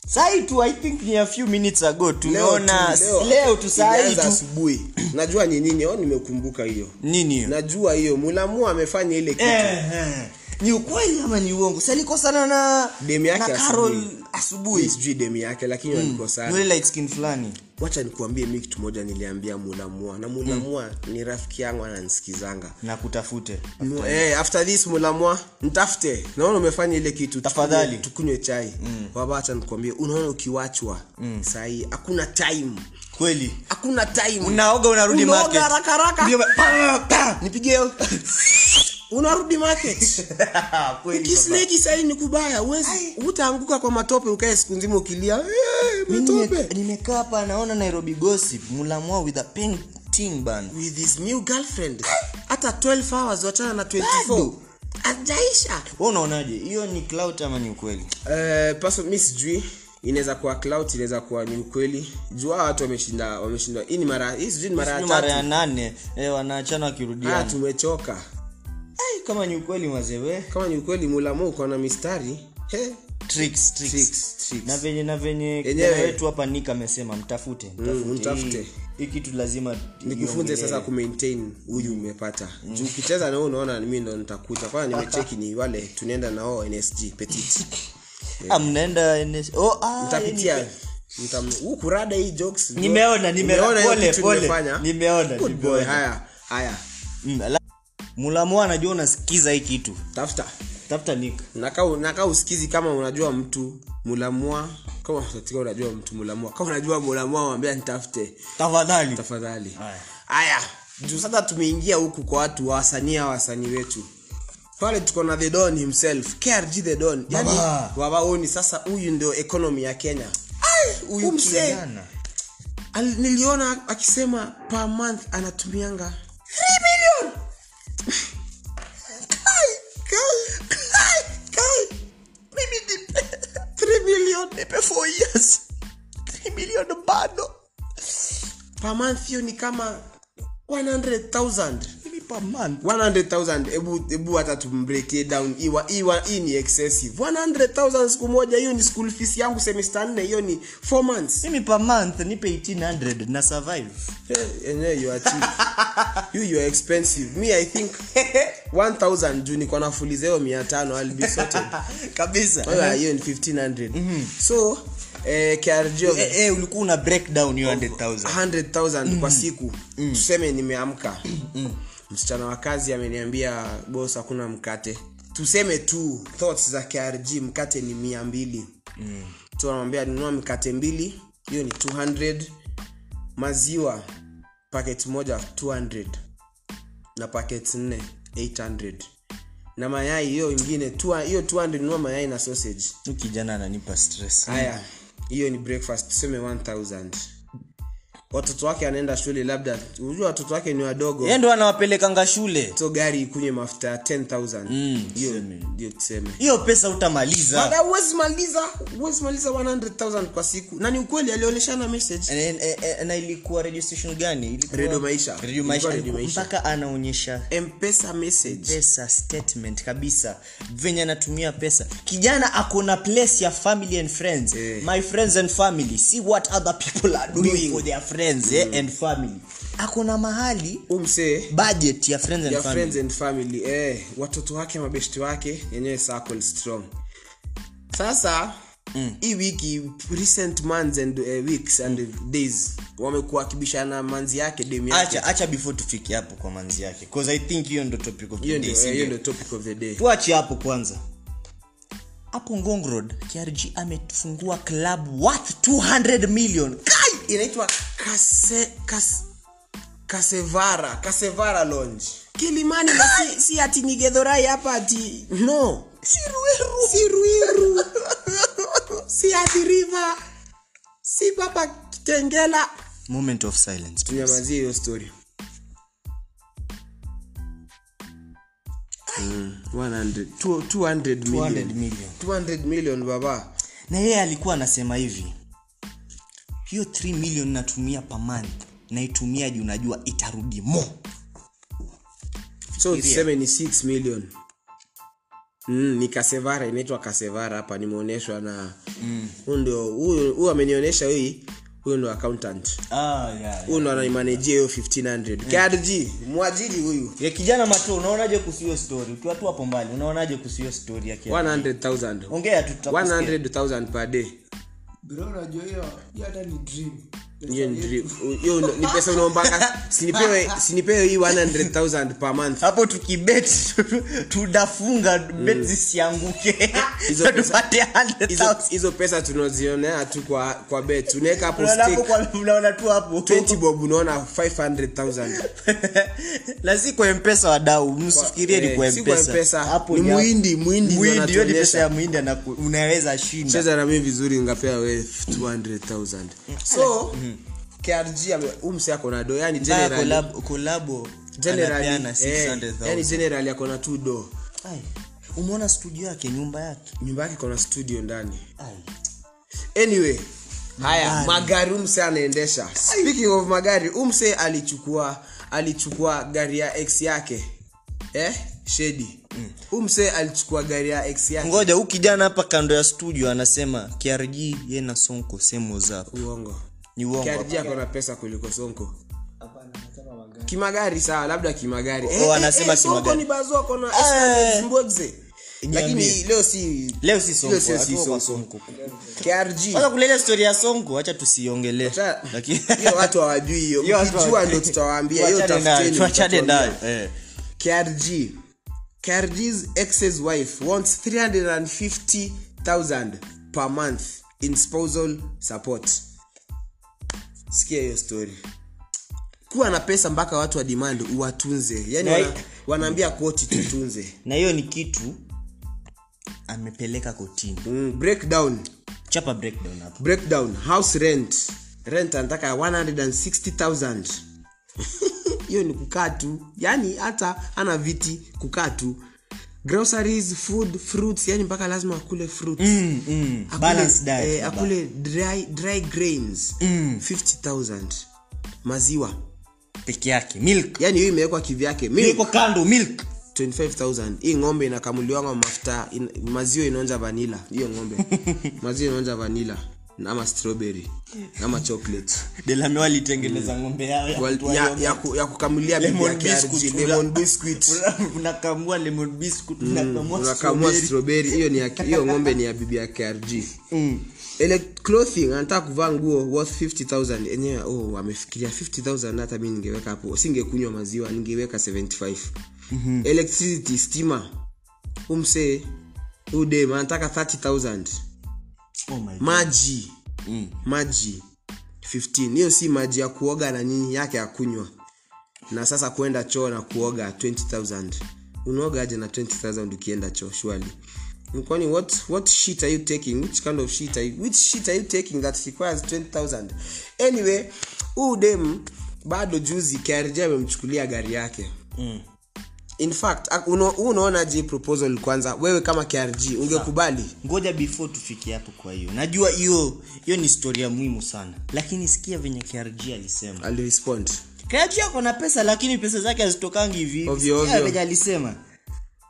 Speaker 2: sai tu i think ni a few minutes ago
Speaker 1: Leo
Speaker 2: tumeona
Speaker 1: tu- leo-
Speaker 2: leo tu sai
Speaker 1: ilianza
Speaker 2: tu
Speaker 1: asubuhi najua ni nini oh, nimekumbuka hiyo
Speaker 2: nini hiyo
Speaker 1: najua hiyo mulamu amefanya ile kitu
Speaker 2: Eh, eh. ni ukweli ama ni uongo salikosana na
Speaker 1: Demu yake
Speaker 2: na carol
Speaker 1: asubuhi. Mi
Speaker 2: asubuhi
Speaker 1: sijui demu yake lakini
Speaker 2: Hmm.
Speaker 1: walikosana
Speaker 2: yule light skin fulani
Speaker 1: wacha nikuambie mi kitu moja niliambia mulamua na mulamua
Speaker 2: Hmm.
Speaker 1: ni rafiki yangu ananisikizanga
Speaker 2: na kutafute
Speaker 1: Mm, eh, after this mulamwa mtafute naona umefanya ile kitu
Speaker 2: Tafadhali. Hmm.
Speaker 1: tukunywe- tukunywe chai mm. wabacha nikwambie unaona ukiwachwa mm. sahii hakuna time
Speaker 2: kweli
Speaker 1: hakuna time
Speaker 2: unaoga unarudi
Speaker 1: Unaoga
Speaker 2: market.
Speaker 1: haraka haraka.
Speaker 2: Ndio ma- pa, pa.
Speaker 1: nipigie [LAUGHS] unarudi market
Speaker 2: Kweli baba.
Speaker 1: kisleki sahii ni kubaya uwezi utaanguka kwa matope ukae siku nzima ukilia "Eh,
Speaker 2: Mimi nime-
Speaker 1: matope
Speaker 2: nimekaa hapa naona nairobi gossip mulamwa with a painting ban
Speaker 1: with his new girlfriend hata 12 hours wachana na 24
Speaker 2: Bado.
Speaker 1: ajaisha
Speaker 2: wewe unaonaje hiyo ni clout ama ni ukweli
Speaker 1: Eh, paso mi sijui inaweza kuwa clout inaweza kuwa ni ukweli juu hawa watu wameshinda wameshinda hii ni mara hii sijui ni mara ya
Speaker 2: Sijui mara ya
Speaker 1: tatu Ah.
Speaker 2: nane eh, wanaachana
Speaker 1: haya
Speaker 2: wakirudiana
Speaker 1: tumechoka
Speaker 2: Ai, kama ni ukweli mazewe
Speaker 1: kama ni ukweli mulamu uko na mistari Eh. he
Speaker 2: tricks, tricks.
Speaker 1: Tricks, tricks.
Speaker 2: na venye na venye
Speaker 1: Yenyewe. Mm,
Speaker 2: kijana wetu hapa nika amesema mtafute
Speaker 1: mtafute.
Speaker 2: Hii- hii kitu lazima
Speaker 1: nikufunze sasa kumaintain huyu umepata juu ukicheza nao unaona mi ndo nitakuja kwana nimecheki ni wale tunaenda nao nsg petit
Speaker 2: Ah, mnaenda NS oh, ah,
Speaker 1: ntapitia
Speaker 2: yani-
Speaker 1: ntam- huu kurada hii jokes bro.
Speaker 2: Nimeona, nimeona.
Speaker 1: Umeona hiyo
Speaker 2: Pole,
Speaker 1: kitu
Speaker 2: pole.
Speaker 1: nimefanya?
Speaker 2: Nimeona,
Speaker 1: Good boy.
Speaker 2: nimeona.
Speaker 1: haya haya
Speaker 2: Mm, ala- mulamu anajua unasikiza hii kitu
Speaker 1: tafuta
Speaker 2: tafuta nika
Speaker 1: nakaa nakaa usikizi kama unajua mtu mulamua kama katika unajua mtu mulamua kama unajua mulamua wambia nitafute
Speaker 2: tafadhali
Speaker 1: tafadhali
Speaker 2: Haya.
Speaker 1: haya juu sasa tumeingia huku kwa watu wa wasanii hawa wasanii wetu pale tuko na the don himself krg the don yani
Speaker 2: Baba.
Speaker 1: wabaoni sasa huyu ndio economy ya kenya huyu msee
Speaker 2: kijana.
Speaker 1: al- niliona akisema per month anatumianga [LAUGHS] 3 million
Speaker 2: Nipe four years. Three million bado
Speaker 1: per month hiyo ni kama 100000
Speaker 2: Mimi per month.
Speaker 1: 100000 hebu hebu hata tumbreakie down iwa iwa hii ni excessive 100000 siku moja hiyo ni school fees yangu semester 4 hiyo ni 4 months
Speaker 2: Mimi per month nipe 1800 na survive [LAUGHS]
Speaker 1: yenyewe Eh, you are [LAUGHS] cheap you you are expensive me i [LAUGHS] think 1000 juu niko na fuliza hiyo 500 i'll be sorted [LAUGHS]
Speaker 2: kabisa
Speaker 1: Oya, hiyo ni 1500 so Mhm. eh, KRG
Speaker 2: eh, eh, ulikuwa una breakdown hiyo 100000
Speaker 1: 100,000 kwa siku tuseme nimeamka msichana wa kazi ameniambia bos hakuna mkate tuseme tu thoughts za krg mkate ni mia mbili mm. tunamwambia nunua mkate mbili hiyo ni 200 maziwa paket moja 200 na paket nne 800 na mayai hiyo ingine tu- hiyo 200 nunua mayai na sausage
Speaker 2: Huyu kijana ananipa stress
Speaker 1: haya
Speaker 2: Mm.
Speaker 1: hiyo ni breakfast tuseme 1000 watoto wake anaenda shule labda unajua watoto wake ni wadogo
Speaker 2: yeye ndo anawapelekanga shule
Speaker 1: so gari ikunywe mafuta ya 10000
Speaker 2: Mm,
Speaker 1: hiyo
Speaker 2: tuseme. Ah.
Speaker 1: ndio tuseme
Speaker 2: hiyo pesa utamaliza
Speaker 1: Baada huwezi maliza huwezi maliza 100000 kwa siku na ni ukweli alionyeshana message
Speaker 2: Eh, eh, eh, na ilikuwa radio station gani Ilikuwa-
Speaker 1: Radio Maisha.
Speaker 2: Radio
Speaker 1: Ilikuwa
Speaker 2: Maisha.
Speaker 1: Radio Maisha.
Speaker 2: mpaka anaonyesha
Speaker 1: mpesa message
Speaker 2: pesa statement kabisa venye anatumia pesa kijana akona place ya family and friends
Speaker 1: Eh.
Speaker 2: my friends and family see what other people are doing,
Speaker 1: Doing. Mm.
Speaker 2: for their friends eh, and family akona mahali
Speaker 1: umsee
Speaker 2: budget ya friends and
Speaker 1: ya
Speaker 2: family
Speaker 1: friends and family eh, watoto wake mabeshti wake yenyewe circle strong sasa mm. hii wiki recent months and uh, weeks and days wamekuwa wakibishana manzi yake demu yake
Speaker 2: acha acha before tufike hapo kwa manzi yake cause i think hiyo ndo topic of
Speaker 1: hiyo
Speaker 2: the day
Speaker 1: ndio
Speaker 2: si
Speaker 1: eh, hiyo
Speaker 2: ndio?
Speaker 1: ndio topic of the day
Speaker 2: tuache hapo kwanza hapo ngong road krg amefungua club worth 200 million Kai!
Speaker 1: inaitwa Kase- Kas- kasevara kasevara lounge kilimani na si, si ati nigedhorai hapa ati no siruiru [LAUGHS] siruiru si ati river si papa kitengela
Speaker 2: moment of silence please.
Speaker 1: tunyamazie hiyo story Mm, 100 two- 200
Speaker 2: 200
Speaker 1: million.
Speaker 2: million
Speaker 1: 200 million baba
Speaker 2: na yeye alikuwa anasema hivi hiyo 3 million natumia per month naitumia juu najua itarudi mo
Speaker 1: so
Speaker 4: eh?
Speaker 1: tuseme ni 6 million Mm, ni kasevara inaitwa kasevara hapa nimeonyeshwa na
Speaker 4: Mm.
Speaker 1: huyu ndio huyu huyu amenionyesha hii huyu ndo accountant
Speaker 2: ah, yeah,
Speaker 1: huyu ndo ananimanejia hiyo 1500
Speaker 4: Mm.
Speaker 1: KRG mwajiri huyu
Speaker 2: ya kijana mato unaonaje kuhusu hiyo story ukiwa tu hapo mbali unaonaje kuhusu hiyo story yake
Speaker 1: 100000
Speaker 2: ongea tu tutakusikia.
Speaker 1: 100000 per day
Speaker 4: Oh, bro unajua hiyo hiyo hata ni dream
Speaker 1: hiyo ni drip. Hiyo ni- ni pesa unaombaka
Speaker 4: [LAUGHS]
Speaker 1: sinipewe sinipewe hii 100000 per month
Speaker 2: hapo [LAUGHS] tukibet tutafunga bet [LAUGHS] zisianguke
Speaker 1: Hizo
Speaker 2: Na
Speaker 1: pesa-
Speaker 2: tupate
Speaker 1: hizo
Speaker 2: 100,000.
Speaker 1: hizo pesa tunazionea tu kwa kwa bet unaweka hapo
Speaker 2: Unaona hapo
Speaker 1: stake
Speaker 2: kwa- unaona tu hapo [LAUGHS]
Speaker 1: 20 bob unaona 500000
Speaker 2: lazima kwa mpesa wadau msifikirie ni
Speaker 1: eh,
Speaker 2: kwa
Speaker 1: si kwa
Speaker 2: mpesa
Speaker 1: M-Pesa.
Speaker 2: hapo
Speaker 1: Ni
Speaker 2: ni hapo.
Speaker 1: muhindi, muhindi ndio
Speaker 2: Muhindi, hiyo ni
Speaker 1: anatuonyesha.
Speaker 2: pesa ya muhindi anaku- unaweza shinda
Speaker 1: cheza na mimi vizuri ngapea we 200000 so KRG ame- huyu mse ako na do yani
Speaker 2: Mbaya
Speaker 1: generally
Speaker 2: collab- collabo, anapeana
Speaker 1: generally eh,
Speaker 2: 600,000.
Speaker 1: yani generally ako na tu do
Speaker 2: Ai, umeona studio yake nyumba yake
Speaker 1: nyumba yake iko na studio ndani
Speaker 2: Ai.
Speaker 1: anyway haya magari umse anaendesha speaking of magari umse alichukua alichukua gari ya x yake eh shedi umse alichukua gari ya x yake
Speaker 2: ngoja huu kijana hapa kando ya studio anasema krg ye na sonko semozapo
Speaker 1: uongo
Speaker 2: ni uongo hapa.
Speaker 1: KRG ako na pesa kuliko sonko kimagari sawa labda kimagari Eh,
Speaker 2: Oh, anasema
Speaker 1: Sonko
Speaker 2: kimagari.
Speaker 1: ni bazo ako na
Speaker 2: Eh.
Speaker 1: Mbogze. lakini
Speaker 2: Niambie.
Speaker 1: leo si
Speaker 2: leo si sonko
Speaker 1: leo sio- si
Speaker 2: hatuko kwa
Speaker 1: Sonko.
Speaker 2: Sonko. Sasa
Speaker 1: KRG
Speaker 2: kulelea stori ya songo acha tusiongelee
Speaker 1: Acha-
Speaker 2: Lakini-
Speaker 1: [LAUGHS] hiyo watu hawajui hiyo
Speaker 2: [LAUGHS] Hiyo watu
Speaker 1: mkijua
Speaker 2: hawajui.
Speaker 1: ndo tutawaambia hiyo
Speaker 2: Tuachane nayo,
Speaker 1: tafuteni
Speaker 2: tuachane
Speaker 1: mtatuambia.
Speaker 2: nayo eh.
Speaker 1: KRG. KRG's ex's wife wants 350,000 per month in spousal support. Sikia hiyo story. Kuwa na pesa mpaka watu wa demand uwatunze. Yaani
Speaker 2: Right.
Speaker 1: wana, wanaambia koti tutunze.
Speaker 2: na hiyo ni kitu amepeleka kotini
Speaker 1: Mm, breakdown.
Speaker 2: chapa breakdown hapo
Speaker 1: Breakdown house rent. Rent anataka 160,000. [LAUGHS] Hiyo ni kukaa tu. Yaani hata ana viti kukaa tu. Groceries, food, fruits, yani mpaka lazima akule fruits.
Speaker 2: mm, mm.
Speaker 1: Akule-
Speaker 2: Balanced diet,
Speaker 1: eh,
Speaker 2: baba.
Speaker 1: akule dry, dry grains mm. 50000 maziwa
Speaker 2: peke yake milk
Speaker 1: yani hiyo imewekwa kivyake Milk,
Speaker 2: iko kando milk
Speaker 1: 25000 hii ng'ombe inakamuliwanga mafuta in, maziwa inaonja vanila hiyo
Speaker 2: [LAUGHS]
Speaker 1: ng'ombe maziwa inaonja vanila ama strawberry ama chocolate
Speaker 2: delame walitengeneza ng'ombe yao ya
Speaker 1: Mm.
Speaker 2: [LAUGHS]
Speaker 1: Wal-
Speaker 2: kutoa
Speaker 1: ya,
Speaker 2: hiyo
Speaker 1: ya, ku- ya kukamulia bibi
Speaker 2: Lemon
Speaker 1: yake
Speaker 2: biscuit,
Speaker 1: RG,
Speaker 2: una-
Speaker 1: lemon biscuit
Speaker 2: Una- unakamua lemon biscuit unakamua
Speaker 1: unakamua
Speaker 2: strawberry.
Speaker 1: Mm, strawberry hiyo ni ya- hiyo ng'ombe ni ya bibi ya krg
Speaker 2: Mm.
Speaker 1: Ele- clothing anataka kuvaa nguo worth 50000 enyewe oh, wamefikiria 50000 hata mi ningeweka hapo singekunywa maziwa ningeweka 75
Speaker 2: Mhm.
Speaker 1: electricity stima umsee udem anataka 30000
Speaker 2: Oh my
Speaker 1: Mm.
Speaker 2: God.
Speaker 1: maji maji 15 hiyo si maji ya kuoga na nini yake ya kunywa na sasa kwenda choo na kuoga 20000 unaoga aje na 20000 ukienda choo shwali kwani what what shit are you taking which kind of shit are you, which shit are you taking that requires 20000 anyway huu dem bado juzi KRG amemchukulia gari yake in fact ak- uno- huu unaona je proposal kwanza wewe kama KRG ungekubali
Speaker 2: ngoja before tufikie hapo kwa hiyo najua hiyo hiyo ni historia muhimu sana lakini sikia venye krg alisema
Speaker 1: alirespond
Speaker 2: krg ako na pesa lakini pesa zake hazitokangi hivi hivi.
Speaker 1: Ovyo,
Speaker 2: Sikia
Speaker 1: ovyo.
Speaker 2: venye alisema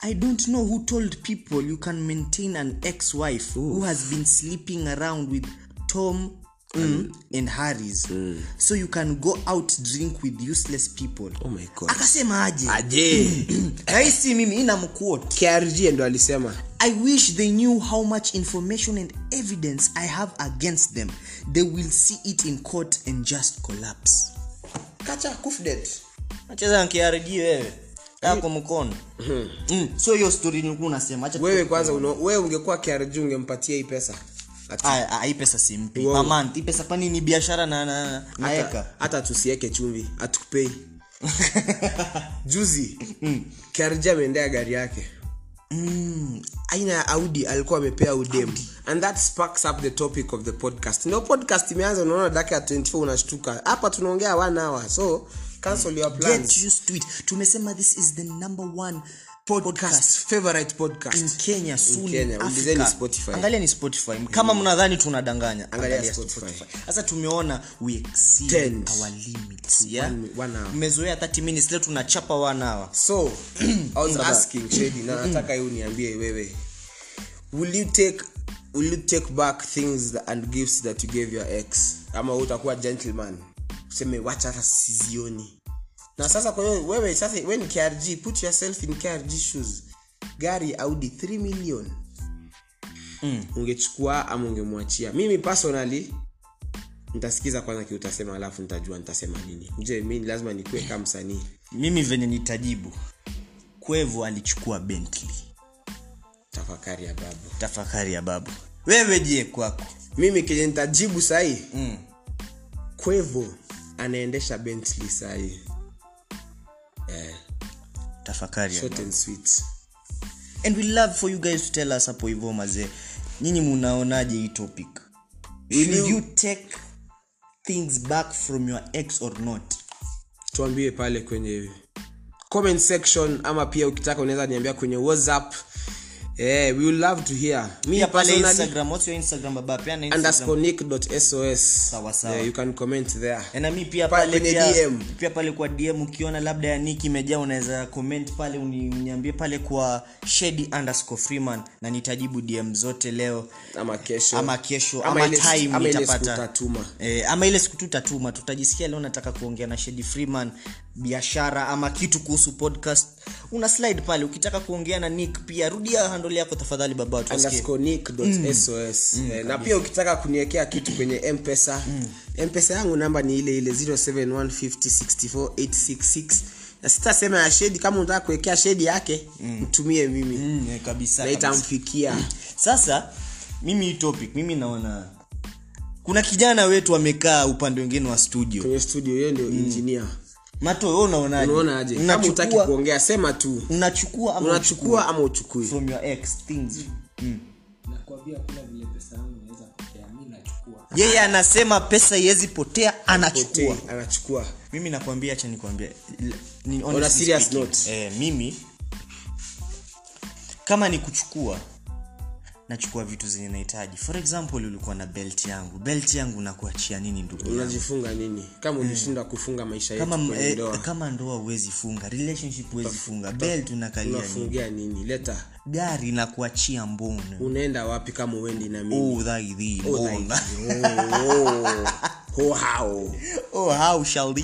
Speaker 2: i don't know who told people you can maintain an ex wife who has been sleeping around with tom mm, and harris
Speaker 1: Mm.
Speaker 2: so you can go out drink with useless people
Speaker 1: oh my god
Speaker 2: akasema aje [CLEARS THROAT]
Speaker 1: aje
Speaker 2: na hii si mimi inamquote
Speaker 1: krg ndo alisema
Speaker 2: I wish they knew how much information and evidence I have against them. They will see it in court and just collapse.
Speaker 1: kacha kufded
Speaker 2: Nacheza na KRG wewe. Yako mkono. Mm, so hiyo story nilikuwa unasema acha
Speaker 1: Hmm. wewe kwanza uno, wewe ungekuwa krg ungempatia hii pesa Ati-
Speaker 2: Ah, ah, hii pesa simpi.
Speaker 1: Wow.
Speaker 2: Per month hii pesa pani ni biashara na na
Speaker 1: hata-
Speaker 2: naeka.
Speaker 1: hata tusieke chumvi
Speaker 2: [LAUGHS] Mm.
Speaker 1: atukupei juzi krg ameendea gari yake aina ya audi alikuwa amepea udem and that sparks up the topic of the podcast ndio podcast imeanza unaona daka ya 24 unashtuka hapa tunaongea one hour so cancel your plans
Speaker 2: Mm. get used to it tumesema this is the number one
Speaker 1: podcast favorite podcast
Speaker 2: in kenya soon
Speaker 1: Kenya.
Speaker 2: in Africa.
Speaker 1: Ulizeni Spotify. Mm.
Speaker 2: angalia ni spotify kama mnadhani tunadanganya
Speaker 1: Angalia
Speaker 2: angalia
Speaker 1: Spotify.
Speaker 2: Spotify. sasa tumeona we
Speaker 1: Tend.
Speaker 2: exceed our limits yeah?
Speaker 1: one- one hour.
Speaker 2: mmezoea 30 minutes leo tunachapa one hour
Speaker 1: so [CLEARS THROAT] i was
Speaker 2: Baba.
Speaker 1: asking shedi na nataka hiyo uniambie wewe will you take will you take back things tha- and gifts that you gave your ex ama wewe utakuwa gentleman useme wacha hata sizioni na sasa kwa hiyo wewe sasa wewe ni krg put yourself in krg shoes gari audi 3 million mm. ungechukua ama ungemwachia mimi personally nitasikiza kwanza kiutasema alafu nitajua nitasema nini je mi lazima nikue kama msanii
Speaker 2: mimi venye nitajibu kwevu alichukua bentley
Speaker 1: tafakari ya babu
Speaker 2: tafakari ya babu wewe je kwako
Speaker 1: mimi kenye nitajibu sahii mm. kwevo anaendesha bentley sahii
Speaker 2: tafakari ya
Speaker 1: short and sweet
Speaker 2: and we love for you guys to tell us hapo hivyo mazee nyinyi munaonaje hii topic
Speaker 1: Will
Speaker 2: should
Speaker 1: you-
Speaker 2: you take things back from your ex or not
Speaker 1: tuambie pale kwenye comment section ama pia ukitaka unaweza niambia kwenye whatsapp eh, we would love to hear me
Speaker 2: pia pale
Speaker 1: personally,
Speaker 2: instagram what's your instagram baba peana instagram
Speaker 1: underscore nick.sos
Speaker 2: Sawa, sawa.
Speaker 1: Eh, you can comment there
Speaker 2: na mi pia
Speaker 1: Pale
Speaker 2: pale
Speaker 1: kwenye
Speaker 2: pia,
Speaker 1: DM.
Speaker 2: pia pale kwa dm ukiona labda ya niki imejaa unaweza comment pale uni- uniambie pale kwa shedi underscore freeman na nitajibu dm zote leo
Speaker 1: ama kesho
Speaker 2: ama kesho
Speaker 1: Ama
Speaker 2: ama,
Speaker 1: ile-
Speaker 2: time
Speaker 1: ama ile
Speaker 2: nitapata.
Speaker 1: siku utatuma.
Speaker 2: eh, ama ile siku tu tatuma tutajisikia leo nataka kuongea na shedi freeman biashara ama kitu kuhusu podcast una slide pale ukitaka kuongea na nick pia rudia handle yako tafadhali baba watu wasikie.
Speaker 1: underscore nick.sos.
Speaker 2: Mm.
Speaker 1: Eh, na pia ukitaka kuniwekea kitu kwenye mpesa mpesa yangu namba ni ile ile 0715064866 na sitasema ya shedi kama unataka kuwekea shedi yake mtumie mimi
Speaker 2: Mm, eh, kabisa,
Speaker 1: na
Speaker 2: kabisa.
Speaker 1: itamfikia
Speaker 2: sasa mimi hii topic mimi naona kuna kijana wetu amekaa upande wengine wa studio
Speaker 1: kwenye studio hiyo ndio injinia
Speaker 2: mato wewe unaonaje
Speaker 1: unaonaje kama
Speaker 2: Mm. Unachukua-
Speaker 1: utaki kuongea sema tu
Speaker 2: unachukua ama
Speaker 1: unachukua ama uchukui
Speaker 2: from your ex things
Speaker 4: Mm.
Speaker 2: Mm.
Speaker 4: nakwambia kuna vile pesa yangu naweza pokea mi nachukua
Speaker 2: yeye anasema pesa iwezi potea anachukua
Speaker 1: Potei, anachukua
Speaker 2: mimi nakwambia acha nikwambie l- ni
Speaker 1: On a
Speaker 2: honestly
Speaker 1: serious
Speaker 2: speaking,
Speaker 1: note.
Speaker 2: eh, mimi kama ni kuchukua nachukua vitu zenye nahitaji for example ulikuwa na belt yangu belt yangu nakuachia nini ndugu yangu?
Speaker 1: unajifunga nini kama ulishindwa kufunga maisha yetu
Speaker 2: Mm. kama,
Speaker 1: kwenye
Speaker 2: eh,
Speaker 1: ndoa
Speaker 2: kama ndoa huwezi funga relationship huwezi funga belt unakalia nini
Speaker 1: unafungia nini leta
Speaker 2: gari nakuachia mbono
Speaker 1: unaenda wapi kama uendi na mimi
Speaker 2: Oh, thy thee, mbona?
Speaker 1: Oh,
Speaker 2: [LAUGHS] Oh, how shall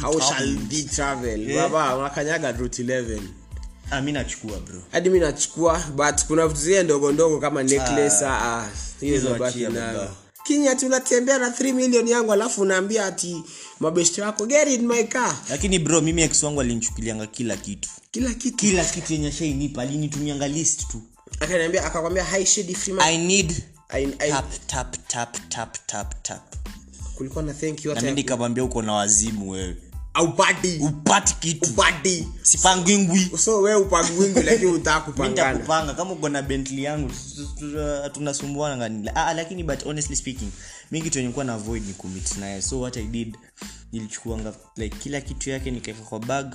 Speaker 2: thee travel? Yeah.
Speaker 1: wakanyaga route 11
Speaker 2: Ah, mi nachukua bro
Speaker 1: hadi mi nachukua but kuna vitu zile ndogo ndogo kama necklace, ah, hiyo
Speaker 2: hizo
Speaker 1: nabaki
Speaker 2: achia
Speaker 1: nayo.
Speaker 2: baba.
Speaker 1: Kinyi ati unatembea na 3 million yangu alafu unaambia ati mabeshte wako get in my car
Speaker 2: lakini bro mimi ex wangu alinichukulianga kila kitu
Speaker 1: kila kitu
Speaker 2: kila kitu yenye shainipa alinitumianga list tu
Speaker 1: akaniambia akakwambia hi shady free man
Speaker 2: i need
Speaker 1: I- I-
Speaker 2: tap tap tap tap tap tap
Speaker 1: kulikuwa na thank you
Speaker 2: na
Speaker 1: hata
Speaker 2: mi
Speaker 1: ya-
Speaker 2: nikamwambia uko na wazimu wewe
Speaker 1: Haupati.
Speaker 2: upati kitu
Speaker 1: Haupati.
Speaker 2: sipangingwi
Speaker 1: so we upangwingi lakini utaka kupangana
Speaker 2: nitakupanga kama uko na bentley yangu uh, tunasumbuana ah, lakini but honestly speaking mi kitu yenye kuwa na void ni commit naye so what i did nilichukuanga like kila kitu yake nikaeka kwa bag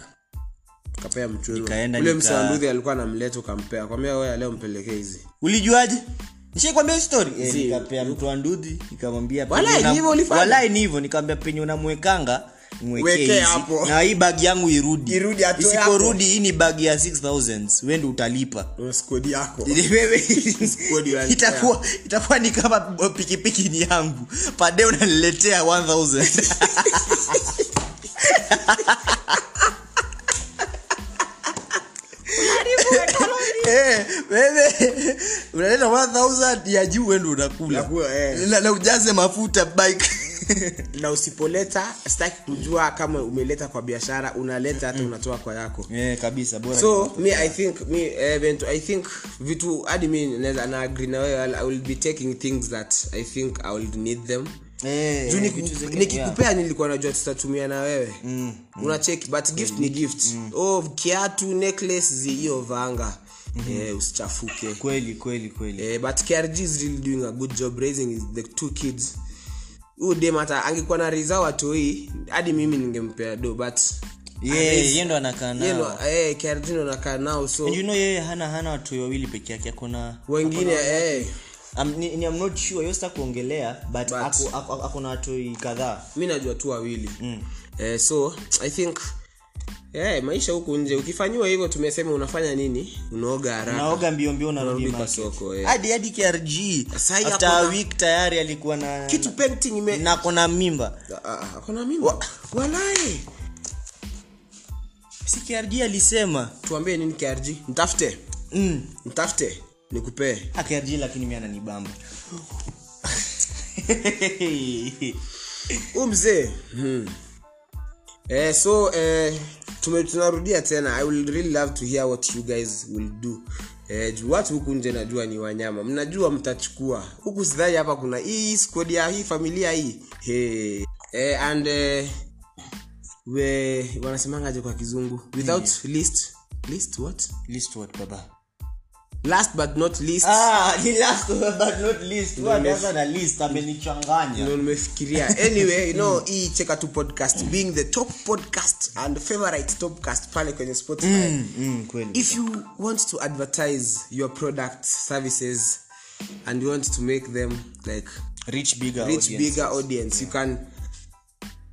Speaker 1: kapea
Speaker 2: Nikaenda
Speaker 1: mchuruule
Speaker 2: nika-
Speaker 1: msanduthi alikuwa namleta ukampea kwambia wewe leo mpelekee hizi
Speaker 2: ulijuaje nishakwambia hiyo story eh,
Speaker 1: Zii.
Speaker 2: nikapea mtu wa ndudhi nikamwambia penye
Speaker 1: Walai,
Speaker 2: una-
Speaker 1: ni hivyo ulifanya?
Speaker 2: walai ni hivyo nikamwambia penye unamwekanga mwekee
Speaker 1: Wekee
Speaker 2: hizi.
Speaker 1: hapo.
Speaker 2: na hii bag yangu irudi
Speaker 1: Irudi atoe
Speaker 2: isiporudi hii ni bag ya 6000 wewe ndio utalipa
Speaker 1: skodi yako [LAUGHS]
Speaker 2: wewe
Speaker 1: Squad ya-
Speaker 2: itakuwa itakuwa ni kama pikipiki ni yangu pade unaniletea 1000 [LAUGHS] Eh, wewe unaleta 1000 ya juu wendo unakula
Speaker 1: Unakula, eh.
Speaker 2: Na- na ujaze mafuta
Speaker 1: [LAUGHS]
Speaker 2: bike
Speaker 1: na usipoleta sitaki kujua kama umeleta kwa biashara unaleta
Speaker 2: Mm.
Speaker 1: hata unatoa kwa yako
Speaker 2: yeah, kabisa bora
Speaker 1: so me i think me event i think vitu hadi mi naweza na agree na wewe I'll- i will be taking things that i think i will need them
Speaker 2: eh,
Speaker 1: Juu
Speaker 2: vitu
Speaker 1: nikiku-
Speaker 2: zingine, yeah. Mm,
Speaker 1: nikikupea nilikuwa najua tutatumia na wewe unacheki but gift ni gift oh kiatu necklace zi- hiyo vanga
Speaker 2: Mm-hmm.
Speaker 1: eh, usichafuke
Speaker 2: kweli kweli kweli
Speaker 1: eh, but krg is really doing a good job raising his- the two kids huyu dem hata angekuwa na rizaa watoi hadi mimi ningempea do but
Speaker 2: Eh, Yeye- yeye ndo anakaa
Speaker 1: yeye
Speaker 2: nao
Speaker 1: ndo- eh, KRG ndo nakaa nao so
Speaker 2: And you know yeye hana hana watu wawili peke yake akona
Speaker 1: wengine eh,
Speaker 2: I'm, ni, ni- I'm not sure hiyo sitaki kuongelea but,
Speaker 1: But-
Speaker 2: ako- ako- akona watu kadhaa
Speaker 1: mi najua tu wawili mm. eh, so i think eh, maisha huku nje ukifanyiwa hivyo tumesema unafanya nini unaoga haraka
Speaker 2: naoga mbio mbio narudi
Speaker 1: unarudi kwa
Speaker 2: market.
Speaker 1: soko eh.
Speaker 2: hadi hadi krg
Speaker 1: Sasa hii
Speaker 2: after
Speaker 1: hakuna-
Speaker 2: a week tayari alikuwa na
Speaker 1: kitu painting ime
Speaker 2: na kona mimba
Speaker 1: Ah, ah, ah, kuna mimi walai
Speaker 2: si krg alisema
Speaker 1: tuambie nini krg mtafute
Speaker 2: mm.
Speaker 1: mtafute nikupee
Speaker 2: Ah, krg lakini mi ananibamba [LAUGHS]
Speaker 1: huu mzee hmm. eh, so eh, tume, tunarudia tena i will really love to hear what you guys will do Eh, juu watu huku nje najua ni wanyama mnajua mtachukua huku sidhani hapa kuna hii skodi ya hii familia hii hey. eh, and eh, we wanasemangaje kwa kizungu without list list what
Speaker 2: Least what, baba
Speaker 1: last but not least
Speaker 2: ah, ni last but not least What
Speaker 1: Ndio
Speaker 2: sasa na list amenichanganya
Speaker 1: ndo nimefikiria anyway you know hii cheka tu podcast being the top podcast and favorite topcast pale kwenye spotify
Speaker 2: mm, kweli
Speaker 1: if you want to advertise your product services and you want to make them like
Speaker 2: reach bigger
Speaker 1: reach
Speaker 2: audience.
Speaker 1: bigger audience you can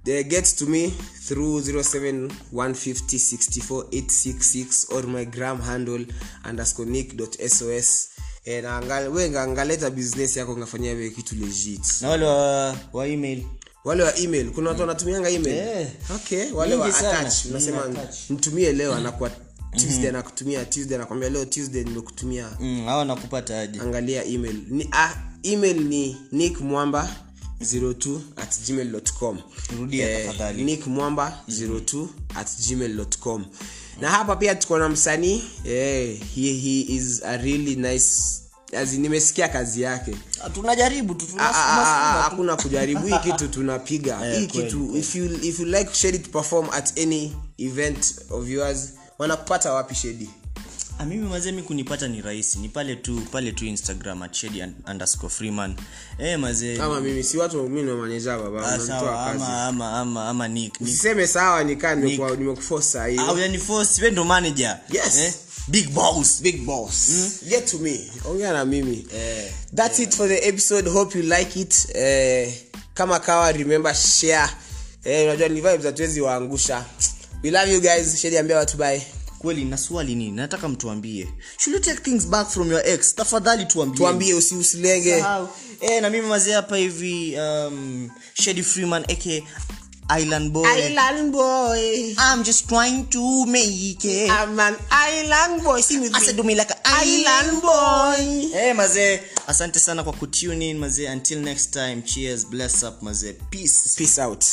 Speaker 1: they get to me through 0715064866 or my gram handle underscore nick.sos Eh, na angal- we ngangaleta business yako ngafanyia we kitu legit
Speaker 2: na wale wa, wa email
Speaker 1: wale wa email kuna watu wanatumianga email
Speaker 2: Yeah.
Speaker 1: okay wale wa
Speaker 2: Mm. Eh. Mingi sana.
Speaker 1: attach unasema
Speaker 2: Mm, attach. Mm-hmm.
Speaker 1: mtumie leo anakuwa tuesday anakutumia tuesday anakwambia leo tuesday nimekutumia
Speaker 2: mm, hawa nakupata aje
Speaker 1: angalia email ni, ah, email ni nick mwamba 02 at gmail.com
Speaker 2: Rudia tafadhali.
Speaker 1: Eh,
Speaker 2: Mm-hmm.
Speaker 1: nick mwamba 02 at gmail.com na hapa pia tuko na msanii eh, he, he is a really nice as in nimesikia kazi yake
Speaker 2: Ah, tunajaribu tu
Speaker 1: Ah, ah, ah, ah,
Speaker 2: tunasukuma tu.
Speaker 1: hakuna kujaribu hii kitu
Speaker 2: [LAUGHS]
Speaker 1: tunapiga hii
Speaker 2: Eh, kweli,
Speaker 1: kitu if you, if you like shedi to perform at any event of yours wanakupata wapi shedi
Speaker 2: Ah, mimi mazee mi kunipata ni rahisi ni pale tu pale tu instagram at shady un- underscore freeman eh mazee
Speaker 1: ama mimi si watu mi namaneja
Speaker 2: Ah,
Speaker 1: baba
Speaker 2: sawa
Speaker 1: namtoa kazi
Speaker 2: ama ama ama ama nick nick
Speaker 1: usiseme sawa nikaa nimekufosa
Speaker 2: ah,
Speaker 1: hiyo
Speaker 2: unaniforce wewe ndo manager
Speaker 1: Yes.
Speaker 2: eh? big boss Eh,
Speaker 1: big boss get to me ongea na mimi that's it for the episode hope you like it eh, kama kawa remember share eh, unajua ni vibes hatuwezi waangusha we love you guys shedi ambia watu bye
Speaker 2: kweli na swali nini nataka mtuambie should you take things back from your ex tafadhali tuambie
Speaker 1: tuambie usi usilenge
Speaker 2: Sahau. eh na mimi mazee hapa hivi um, shady freeman aka island boy
Speaker 1: island boy
Speaker 2: i'm just trying to make it
Speaker 1: i'm an island boy sing with
Speaker 2: I said,
Speaker 1: me
Speaker 2: do me like a
Speaker 1: island boy
Speaker 2: Eh, mazee asante sana kwa kutune in mazee until next time cheers bless up mazee peace
Speaker 1: peace out